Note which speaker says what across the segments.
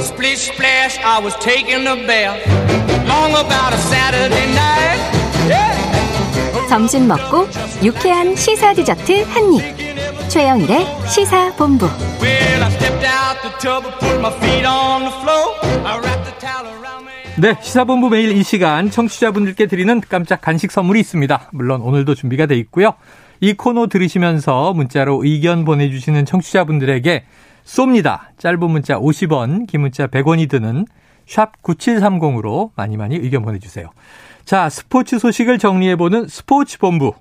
Speaker 1: splish splash, I was taking a bath. Long about a Saturday night. Yeah.
Speaker 2: 점심 먹고 유쾌한 시사 디저트 한 입. 최영일의 시사 본부.
Speaker 1: Well, I stepped out the tub and put my feet on the floor. I wrapped the towel around me.
Speaker 3: 네, 시사본부 매일 이 시간 청취자분들께 드리는 깜짝 간식 선물이 있습니다. 물론 오늘도 준비가 돼 있고요. 이 코너 들으시면서 문자로 의견 보내주시는 청취자분들에게 쏩니다. 짧은 문자 50원, 긴 문자 100원이 드는 샵 9730으로 많이 많이 의견 보내주세요. 자, 스포츠 소식을 정리해보는 스포츠본부.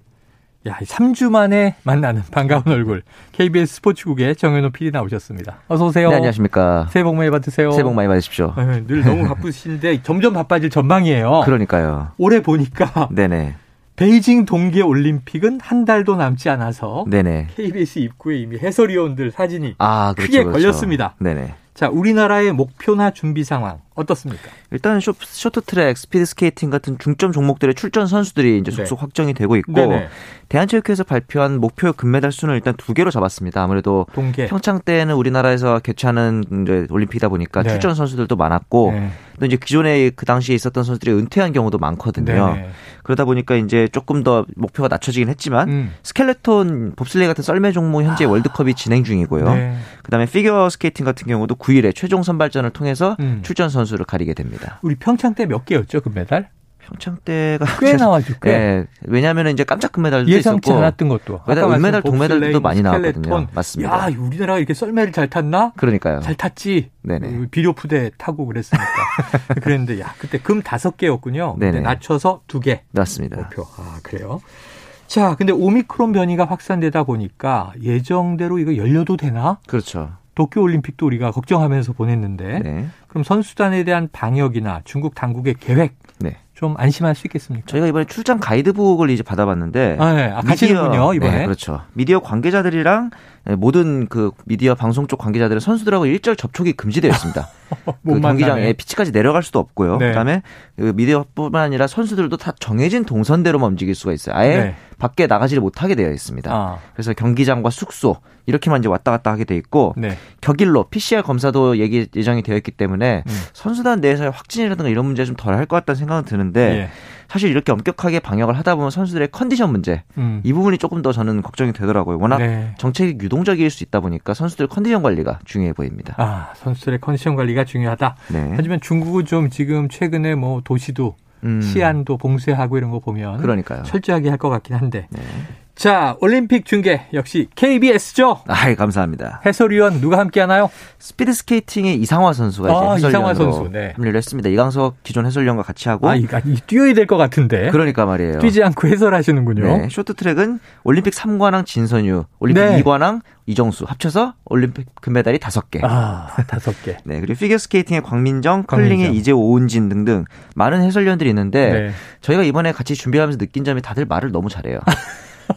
Speaker 3: 야, 3주 만에 만나는 반가운 얼굴. KBS 스포츠국의 정현호 PD 나오셨습니다. 어서오세요.
Speaker 4: 네, 안녕하십니까.
Speaker 3: 새해 복 많이 받으세요.
Speaker 4: 새해 복 많이 받으십시오.
Speaker 3: 네, 늘 너무 바쁘신데 점점 바빠질 전망이에요.
Speaker 4: 그러니까요.
Speaker 3: 올해 보니까
Speaker 4: 네네.
Speaker 3: 베이징 동계 올림픽은 한 달도 남지 않아서
Speaker 4: 네네.
Speaker 3: KBS 입구에 이미 해설위원들 사진이
Speaker 4: 아, 그렇죠.
Speaker 3: 크게
Speaker 4: 그렇죠.
Speaker 3: 걸렸습니다.
Speaker 4: 네네.
Speaker 3: 자 우리나라의 목표나 준비 상황 어떻습니까?
Speaker 4: 일단 쇼, 쇼트트랙, 스피드 스케이팅 같은 중점 종목들의 출전 선수들이 이제
Speaker 3: 네.
Speaker 4: 속속 확정이 되고 있고
Speaker 3: 네네.
Speaker 4: 대한체육회에서 발표한 목표 금메달 수는 일단 두 개로 잡았습니다. 아무래도
Speaker 3: 동계
Speaker 4: 평창 때는 우리나라에서 개최하는 이제 올림픽이다 보니까
Speaker 3: 네.
Speaker 4: 출전 선수들도 많았고
Speaker 3: 네.
Speaker 4: 또 이제 기존에 그 당시에 있었던 선수들이 은퇴한 경우도 많거든요.
Speaker 3: 네네.
Speaker 4: 그러다 보니까 이제 조금 더 목표가 낮춰지긴 했지만
Speaker 3: 음. 아.
Speaker 4: 스켈레톤 봅슬레이 같은 썰매 종목 현재 월드컵이 진행 중이고요.
Speaker 3: 네.
Speaker 4: 그다음에 피겨 스케이팅 같은 경우도 9일에 최종 선발전을 통해서
Speaker 3: 음.
Speaker 4: 출전 선수를 가리게 됩니다.
Speaker 3: 우리 평창 때 몇 개였죠 그 금메달?
Speaker 4: 평창 때가
Speaker 3: 꽤 나왔죠. 꽤
Speaker 4: 예, 왜냐하면 이제 깜짝 금메달도
Speaker 3: 예상치
Speaker 4: 네, 있었고
Speaker 3: 않았던 것도.
Speaker 4: 메달,
Speaker 3: 아까 말씀
Speaker 4: 은메달, 동메달도
Speaker 3: 봅슬레이,
Speaker 4: 많이 나왔거든요.
Speaker 3: 스켈레톤.
Speaker 4: 맞습니다.
Speaker 3: 야 우리나라가 이렇게 썰매를 잘 탔나?
Speaker 4: 그러니까요.
Speaker 3: 잘 탔지. 그
Speaker 4: 네네.
Speaker 3: 비료푸대 타고 그랬으니까. 그랬는데 야 그때 금 다섯 개였군요. 근데
Speaker 4: 네네.
Speaker 3: 낮춰서 두 개.
Speaker 4: 맞습니다.
Speaker 3: 목표. 아 그래요. 자, 근데 오미크론 변이가 확산되다 보니까 예정대로 이거 열려도 되나?
Speaker 4: 그렇죠.
Speaker 3: 도쿄 올림픽도 우리가 걱정하면서 보냈는데
Speaker 4: 네.
Speaker 3: 그럼 선수단에 대한 방역이나 중국 당국의 계획
Speaker 4: 네.
Speaker 3: 좀 안심할 수 있겠습니까?
Speaker 4: 저희가 이번에 출장 가이드북을 이제 받아봤는데
Speaker 3: 아, 네. 아, 가시는군요 이번에.
Speaker 4: 네, 그렇죠. 미디어 관계자들이랑 모든 그 미디어 방송 쪽 관계자들은 선수들하고 일절 접촉이 금지되어 있습니다.
Speaker 3: 못
Speaker 4: 그 경기장에
Speaker 3: 만나네.
Speaker 4: 피치까지 내려갈 수도 없고요.
Speaker 3: 네.
Speaker 4: 그다음에 그 미디어뿐만 아니라 선수들도 다 정해진 동선대로만 움직일 수가 있어요. 아예
Speaker 3: 네.
Speaker 4: 밖에 나가지를 못하게 되어 있습니다.
Speaker 3: 아,
Speaker 4: 그래서 경기장과 숙소 이렇게만 이제 왔다 갔다 하게 돼 있고
Speaker 3: 네.
Speaker 4: 격일로 PCR 검사도 얘기 예정이 되어 있기 때문에
Speaker 3: 음.
Speaker 4: 선수단 내에서의 확진이라든가 이런 문제 는 좀 덜 할 것 같다는 생각은 드는데
Speaker 3: 예.
Speaker 4: 사실 이렇게 엄격하게 방역을 하다 보면 선수들의 컨디션 문제
Speaker 3: 음.
Speaker 4: 이 부분이 조금 더 저는 걱정이 되더라고요. 워낙
Speaker 3: 네.
Speaker 4: 정책이 유동적일 수 있다 보니까 선수들 컨디션 관리가 중요해 보입니다.
Speaker 3: 아, 선수들의 컨디션 관리가 중요하다.
Speaker 4: 네.
Speaker 3: 하지만 중국은 좀 지금 최근에 뭐 도시도
Speaker 4: 음,
Speaker 3: 시안도 봉쇄하고 이런 거 보면
Speaker 4: 그러니까요. 네.
Speaker 3: 철저하게 할 것 같긴 한데. 자, 올림픽 중계 역시 KBS죠.
Speaker 4: 아이 감사합니다.
Speaker 3: 해설위원 누가 함께 하나요?
Speaker 4: 스피드 스케이팅의 이상화 선수가
Speaker 3: 아,
Speaker 4: 이제
Speaker 3: 이상화
Speaker 4: 해설위원으로
Speaker 3: 선수, 네.
Speaker 4: 합류를 했습니다. 이강석 기존 해설위원과 같이 하고
Speaker 3: 아, 이, 아, 이 뛰어야 될 것 같은데.
Speaker 4: 그러니까 말이에요.
Speaker 3: 뛰지 않고 해설하시는군요.
Speaker 4: 네, 쇼트트랙은 올림픽 3관왕 진선유, 올림픽
Speaker 3: 네.
Speaker 4: 2관왕 이정수 합쳐서 올림픽 금메달이 5개.
Speaker 3: 아, 다섯 개.
Speaker 4: 네, 그리고 피겨스케이팅의 광민정,
Speaker 3: 광민정.
Speaker 4: 컬링의 이제 오은진 등등 많은 해설위원들이 있는데
Speaker 3: 네.
Speaker 4: 저희가 이번에 같이 준비하면서 느낀 점이 다들 말을 너무 잘해요.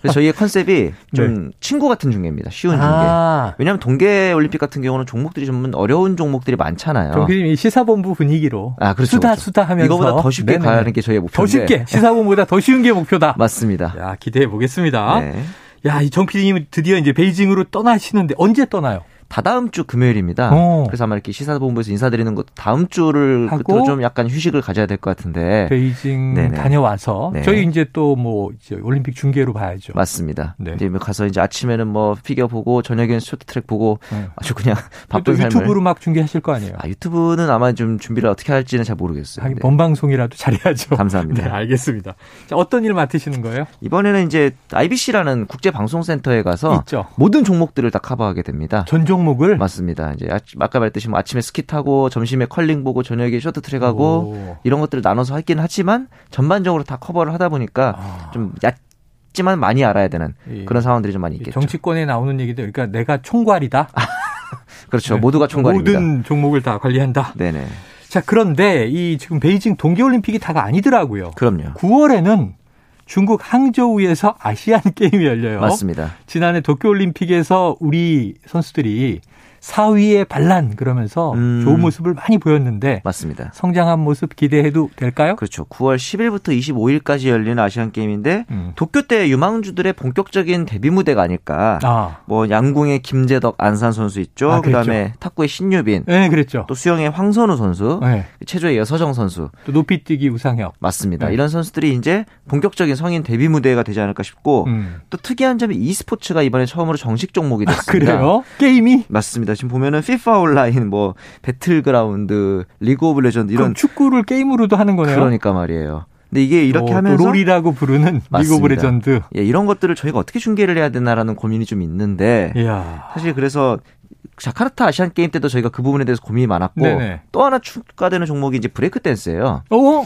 Speaker 4: 그래서 저희의 컨셉이 좀 친구 같은 중계입니다. 쉬운 중계.
Speaker 3: 네. 아,
Speaker 4: 왜냐하면 동계 올림픽 같은 경우는 종목들이 좀 어려운 종목들이 많잖아요.
Speaker 3: 정필님 이 시사본부 분위기로
Speaker 4: 어. 아, 그렇죠.
Speaker 3: 수다
Speaker 4: 그렇죠.
Speaker 3: 수다 하면서
Speaker 4: 이거보다 더 쉽게
Speaker 3: 네네네.
Speaker 4: 가는 게 저희의
Speaker 3: 더
Speaker 4: 목표인데.
Speaker 3: 쉽게 시사본보다 더 쉬운 게 목표다.
Speaker 4: 맞습니다.
Speaker 3: 야, 기대해 보겠습니다.
Speaker 4: 네.
Speaker 3: 야, 이 정필님 드디어 이제 베이징으로 떠나시는데 언제 떠나요?
Speaker 4: 다다음 주 금요일입니다.
Speaker 3: 오.
Speaker 4: 그래서 아마 이렇게 시사본부에서 인사드리는 것도 다음 주를
Speaker 3: 어. 하고
Speaker 4: 끝으로 좀 약간 휴식을 가져야 될 것 같은데
Speaker 3: 베이징
Speaker 4: 네네.
Speaker 3: 다녀와서
Speaker 4: 네.
Speaker 3: 저희 이제 또 뭐 이제 올림픽 중계로 봐야죠.
Speaker 4: 맞습니다.
Speaker 3: 네.
Speaker 4: 이제 가서 이제 아침에는 뭐 피겨 보고 저녁에는 쇼트트랙 보고
Speaker 3: 네.
Speaker 4: 아주 그냥
Speaker 3: 또
Speaker 4: 바쁜 삶을
Speaker 3: 유튜브로 막 중계하실 거 아니에요.
Speaker 4: 아, 유튜브는 아마 좀 준비를 어떻게 할지는 잘 모르겠어요.
Speaker 3: 하긴
Speaker 4: 네.
Speaker 3: 본방송이라도 잘해야죠.
Speaker 4: 감사합니다.
Speaker 3: 네, 알겠습니다. 자, 어떤 일 맡으시는 거예요?
Speaker 4: 이번에는 이제 IBC라는 국제방송센터에 가서
Speaker 3: 있죠.
Speaker 4: 모든 종목들을 다 커버하게 됩니다.
Speaker 3: 전 종목을
Speaker 4: 맞습니다. 이제 아- 아까 말했듯이 뭐 아침에 스키 타고 점심에 컬링 보고 저녁에 쇼트트랙 하고
Speaker 3: 오.
Speaker 4: 이런 것들을 나눠서 하긴 하지만 전반적으로 다 커버를 하다 보니까
Speaker 3: 아,
Speaker 4: 좀 얕지만 많이 알아야 되는
Speaker 3: 이-
Speaker 4: 그런 상황들이 좀 많이
Speaker 3: 이
Speaker 4: 있겠죠.
Speaker 3: 예, 정치권에 나오는 얘기도 그러니까 내가 총괄이다.
Speaker 4: 그렇죠.
Speaker 3: 네.
Speaker 4: 모두가 총괄입니다.
Speaker 3: 모든 종목을 다 관리한다.
Speaker 4: 네네.
Speaker 3: 자, 그런데 이 지금 베이징 동계올림픽이 다가 아니더라고요.
Speaker 4: 그럼요.
Speaker 3: 9월에는 중국 항저우에서 아시안 게임이 열려요.
Speaker 4: 맞습니다.
Speaker 3: 지난해 도쿄올림픽에서 우리 선수들이 사위의 반란 그러면서
Speaker 4: 음.
Speaker 3: 좋은 모습을 많이 보였는데
Speaker 4: 맞습니다.
Speaker 3: 성장한 모습 기대해도 될까요?
Speaker 4: 그렇죠. 9월 10일부터 25일까지 열리는 아시안 게임인데
Speaker 3: 음.
Speaker 4: 도쿄 때 유망주들의 본격적인 데뷔 무대가 아닐까.
Speaker 3: 아,
Speaker 4: 뭐 양궁의 김재덕 안산 선수 있죠.
Speaker 3: 아, 그랬죠.
Speaker 4: 그다음에 탁구의 신유빈,
Speaker 3: 예, 그랬죠.
Speaker 4: 또 수영의 황선우 선수,
Speaker 3: 네.
Speaker 4: 그 체조의 여서정 선수.
Speaker 3: 또 높이뛰기 우상혁.
Speaker 4: 맞습니다.
Speaker 3: 네.
Speaker 4: 이런 선수들이 이제 본격적인 성인 데뷔 무대가 되지 않을까 싶고
Speaker 3: 음.
Speaker 4: 또 특이한 점이 e스포츠가 이번에 처음으로 정식 종목이 됐습니다.
Speaker 3: 아, 그래요? 게임이
Speaker 4: 맞습니다. 지금 보면은 FIFA 온라인, 뭐 배틀그라운드, 리그 오브 레전드
Speaker 3: 그럼
Speaker 4: 이런
Speaker 3: 축구를 게임으로도 하는 거네요. 어,
Speaker 4: 그러니까 말이에요. 근데 이게 이렇게
Speaker 3: 또-
Speaker 4: 하면서
Speaker 3: 또 롤이라고 부르는 리그 오브
Speaker 4: 맞습니다.
Speaker 3: 레전드.
Speaker 4: 예, 이런 것들을 저희가 어떻게 중계를 해야 되나라는 고민이 좀 있는데
Speaker 3: 예. 이야.
Speaker 4: 사실 그래서 자카르타 아시안 게임 때도 저희가 그 부분에 대해서 고민이 많았고
Speaker 3: 네네.
Speaker 4: 또 하나 추가되는 종목이 이제 브레이크 댄스예요.
Speaker 3: 어?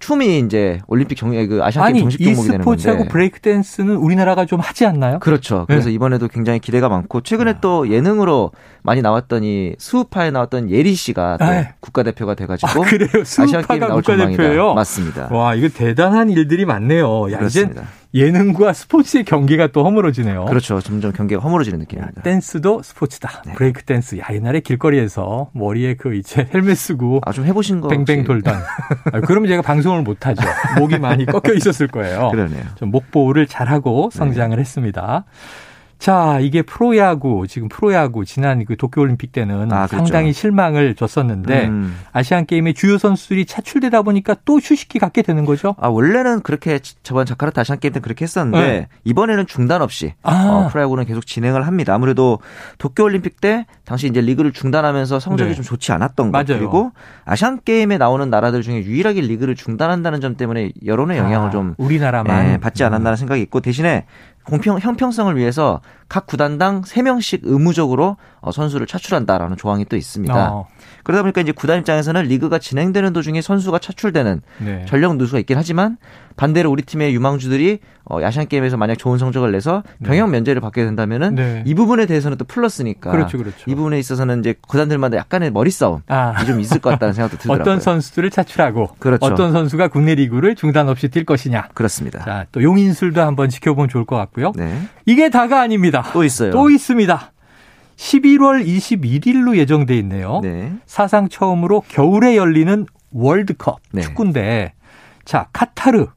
Speaker 4: 춤이 이제 올림픽 경기 그 아시안
Speaker 3: 아니
Speaker 4: 게임 정식 종목이 되는
Speaker 3: e스포츠하고
Speaker 4: 건데.
Speaker 3: 브레이크 네. 댄스는 우리나라가 좀 하지 않나요?
Speaker 4: 그렇죠. 그래서 이번에도 굉장히 기대가 많고 최근에
Speaker 3: 네.
Speaker 4: 또 예능으로 많이 나왔더니 수우파에 나왔던 예리 씨가 또
Speaker 3: 네.
Speaker 4: 국가대표가
Speaker 3: 아,
Speaker 4: 돼가지고
Speaker 3: 그래요.
Speaker 4: 아시안 어? 게임
Speaker 3: 스파가
Speaker 4: 나올
Speaker 3: 국가대표예요.
Speaker 4: 전망이다. 맞습니다.
Speaker 3: 와, 이거 대단한 일들이 많네요. 야, 이제
Speaker 4: 그렇습니다.
Speaker 3: 예능과 스포츠의 경계가 또 허물어지네요.
Speaker 4: 그렇죠. 점점 경기가
Speaker 3: 야,
Speaker 4: 허물어지는 느낌입니다.
Speaker 3: 댄스도 스포츠다.
Speaker 4: 네.
Speaker 3: 브레이크 댄스. 야, 옛날에 길거리에서 머리에 그 이제 헬멧 쓰고
Speaker 4: 아 좀 해보신 거
Speaker 3: 뱅뱅
Speaker 4: 혹시-
Speaker 3: 돌던. 아, 그러면 제가 방송을 못 하죠. 목이 많이 꺾여 있었을 거예요.
Speaker 4: 그러네요. 네.
Speaker 3: 좀 목보호를 잘하고 성장을 했습니다. 자, 이게 프로야구, 지금 프로야구 지난 그 도쿄올림픽 때는
Speaker 4: 아, 그렇죠.
Speaker 3: 상당히 실망을 줬었는데
Speaker 4: 음.
Speaker 3: 아시안 게임의 주요 선수들이 차출되다 보니까 또 휴식기 갖게 되는 거죠.
Speaker 4: 아 원래는 그렇게 지- 저번 자카르타 아시안 게임 때 그렇게 했었는데
Speaker 3: 네.
Speaker 4: 이번에는 중단 없이
Speaker 3: 아.
Speaker 4: 어, 프로야구는 계속 진행을 합니다. 아무래도 도쿄 올림픽 때 당시 이제 리그를 중단하면서 성적이
Speaker 3: 네.
Speaker 4: 좀 좋지 않았던 것
Speaker 3: 맞아요.
Speaker 4: 그리고 아시안 게임에 나오는 나라들 중에 유일하게 리그를 중단한다는 점 때문에 여론의 영향을
Speaker 3: 아,
Speaker 4: 좀
Speaker 3: 우리나라만
Speaker 4: 예, 받지 않았나라는 생각이 있고 대신에 공평 형평성을 위해서 각 구단당 3명씩 의무적으로 어, 선수를 차출한다라는 조항이 또 있습니다.
Speaker 3: 어,
Speaker 4: 그러다 보니까 이제 구단 입장에서는 리그가 진행되는 도중에 선수가 차출되는
Speaker 3: 네.
Speaker 4: 전력 누수가 있긴 하지만 반대로 우리 팀의 유망주들이 어, 야시안 게임에서 만약 좋은 성적을 내서 병역 면제를 받게 된다면은
Speaker 3: 네.
Speaker 4: 이 부분에 대해서는 또 플러스니까
Speaker 3: 그렇죠, 그렇죠.
Speaker 4: 이 부분에 있어서는 이제 구단들마다 약간의 머리 싸움이
Speaker 3: 아.
Speaker 4: 좀 있을 것 같다는 생각도 들더라고요.
Speaker 3: 어떤 선수들을 차출하고
Speaker 4: 그렇죠.
Speaker 3: 어떤 선수가 국내 리그를 중단 없이 뛸 것이냐.
Speaker 4: 그렇습니다.
Speaker 3: 자, 또 용인술도 한번 지켜보면 좋을 것 같고요.
Speaker 4: 아. 네.
Speaker 3: 이게 다가 아닙니다.
Speaker 4: 또 있어요.
Speaker 3: 또 있습니다. 11월 21일로 예정돼 있네요.
Speaker 4: 네.
Speaker 3: 사상 처음으로 겨울에 열리는 월드컵
Speaker 4: 네.
Speaker 3: 축구인데 자, 카타르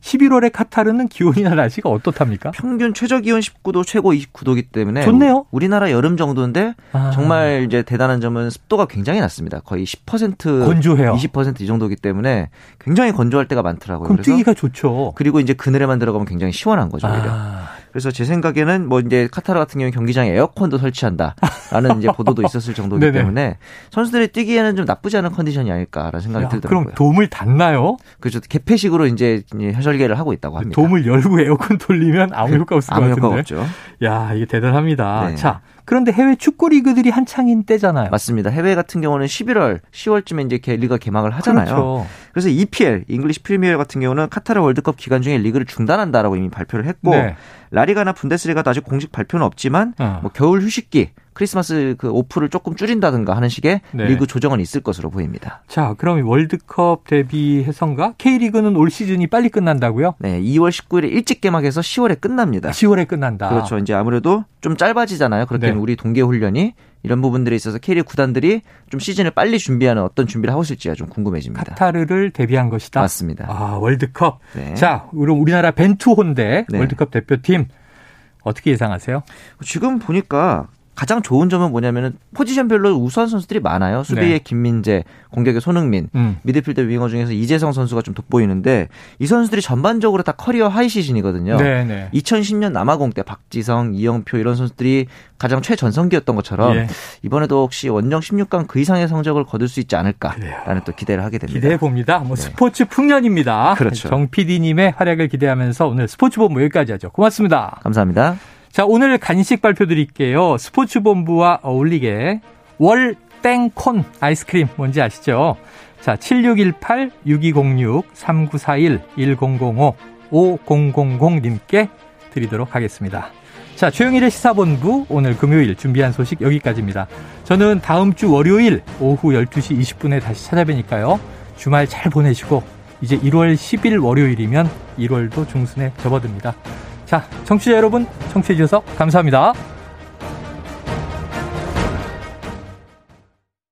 Speaker 3: 11월에 카타르는 기온이나 날씨가 어떻답니까?
Speaker 4: 평균 최저 기온 19도, 최고 29도기 때문에
Speaker 3: 좋네요.
Speaker 4: 우- 우리나라 여름 정도인데
Speaker 3: 아.
Speaker 4: 정말 이제 대단한 점은 습도가 굉장히 낮습니다. 거의 10%
Speaker 3: 건조해요.
Speaker 4: 20%이 정도기 때문에 굉장히 건조할 때가 많더라고요.
Speaker 3: 그럼
Speaker 4: 그래서
Speaker 3: 뛰기가 좋죠.
Speaker 4: 그리고 이제 그늘에만 들어가면 굉장히 시원한 거죠. 오히려.
Speaker 3: 아,
Speaker 4: 그래서 제 생각에는 뭐 이제 카타르 같은 경우는 경기장에 에어컨도 설치한다라는 이제 보도도 있었을 정도이기
Speaker 3: 네네.
Speaker 4: 때문에 선수들이 뛰기에는 좀 나쁘지 않은 컨디션이 아닐까라는 생각이
Speaker 3: 야,
Speaker 4: 들더라고요.
Speaker 3: 그럼 도움을 닿나요?
Speaker 4: 그렇죠. 개폐식으로 이제 이제 설계를 하고
Speaker 3: 그
Speaker 4: 있다고 합니다.
Speaker 3: 도움을 열고 에어컨 돌리면 아무 효과 없을 것
Speaker 4: 네. 아무
Speaker 3: 같은데.
Speaker 4: 효과 없죠.
Speaker 3: 야, 이게 대단합니다.
Speaker 4: 네.
Speaker 3: 자, 그런데 해외 축구 리그들이 한창인 때잖아요.
Speaker 4: 맞습니다. 해외 같은 경우는 11월, 10월쯤에 이제 개- 리가 개막을 하잖아요.
Speaker 3: 그렇죠.
Speaker 4: 래서 E EPL, 잉글리시 프리미어 같은 경우는 카타르 월드컵 기간 중에 리그를 중단한다라고 이미 발표를 했고
Speaker 3: 네.
Speaker 4: 라리가나 분데스리가도 아직 공식 발표는 없지만
Speaker 3: 어.
Speaker 4: 뭐 겨울 휴식기, 크리스마스 그 오프를 조금 줄인다든가 하는 식의
Speaker 3: 네.
Speaker 4: 리그 조정은 있을 것으로 보입니다.
Speaker 3: 자, 그럼 이 월드컵 대비해서인가? K리그는 올 시즌이 빨리 끝난다고요?
Speaker 4: 네, 2월 19일에 일찍 개막해서 10월에 끝납니다.
Speaker 3: 10월에 끝난다.
Speaker 4: 그렇죠. 이제 아무래도 좀 짧아지잖아요.
Speaker 3: 아.
Speaker 4: 그렇게
Speaker 3: 네.
Speaker 4: 되면 우리 동계 훈련이 이런 부분들에 있어서 캐리 구단들이 좀 시즌을 빨리 준비하는 어떤 준비를 하고 있을지가 좀 궁금해집니다.
Speaker 3: 카타르를 대비한 것이다.
Speaker 4: 맞습니다.
Speaker 3: 아, 월드컵.
Speaker 4: 네.
Speaker 3: 자, 그럼 우리나라 벤투호인데
Speaker 4: 네.
Speaker 3: 월드컵 대표팀 어떻게 예상하세요?
Speaker 4: 뭐 지금 보니까 가장 좋은 점은 뭐냐면은 포지션별로 우수한 선수들이 많아요. 수비에
Speaker 3: 네.
Speaker 4: 김민재, 공격에 손흥민,
Speaker 3: 음.
Speaker 4: 미드필더 윙어 중에서 이재성 선수가 좀 돋보이는데 이 선수들이 전반적으로 다 커리어 하이 시즌이거든요.
Speaker 3: 네, 네.
Speaker 4: 2010년 남아공 때 박지성, 이영표 이런 선수들이 가장 최전성기였던 것처럼
Speaker 3: 예.
Speaker 4: 이번에도 혹시 원정 16강 그 이상의 성적을 거둘 수 있지 않을까라는 또 기대를 하게 됩니다.
Speaker 3: 기대해 봅니다. 뭐 스포츠 풍년입니다.
Speaker 4: 네. 그렇죠.
Speaker 3: 정 PD님의 활약을 기대하면서 오늘 스포츠 본부 여기까지 하죠. 고맙습니다.
Speaker 4: 감사합니다.
Speaker 3: 자, 오늘 간식 발표 드릴게요. 스포츠 본부와 어울리게 월 땡콘 아이스크림 뭔지 아시죠? 자, 7618 6206 3941 1005 5000 님께 드리도록 하겠습니다. 자, 최영일의 시사본부 오늘 금요일 준비한 소식 여기까지입니다. 저는 다음 주 월요일 오후 12시 20분에 다시 찾아뵈니까요. 주말 잘 보내시고 이제 1월 10일 월요일이면 1월도 중순에 접어듭니다. 자, 청취자 여러분, 청취해주셔서 감사합니다.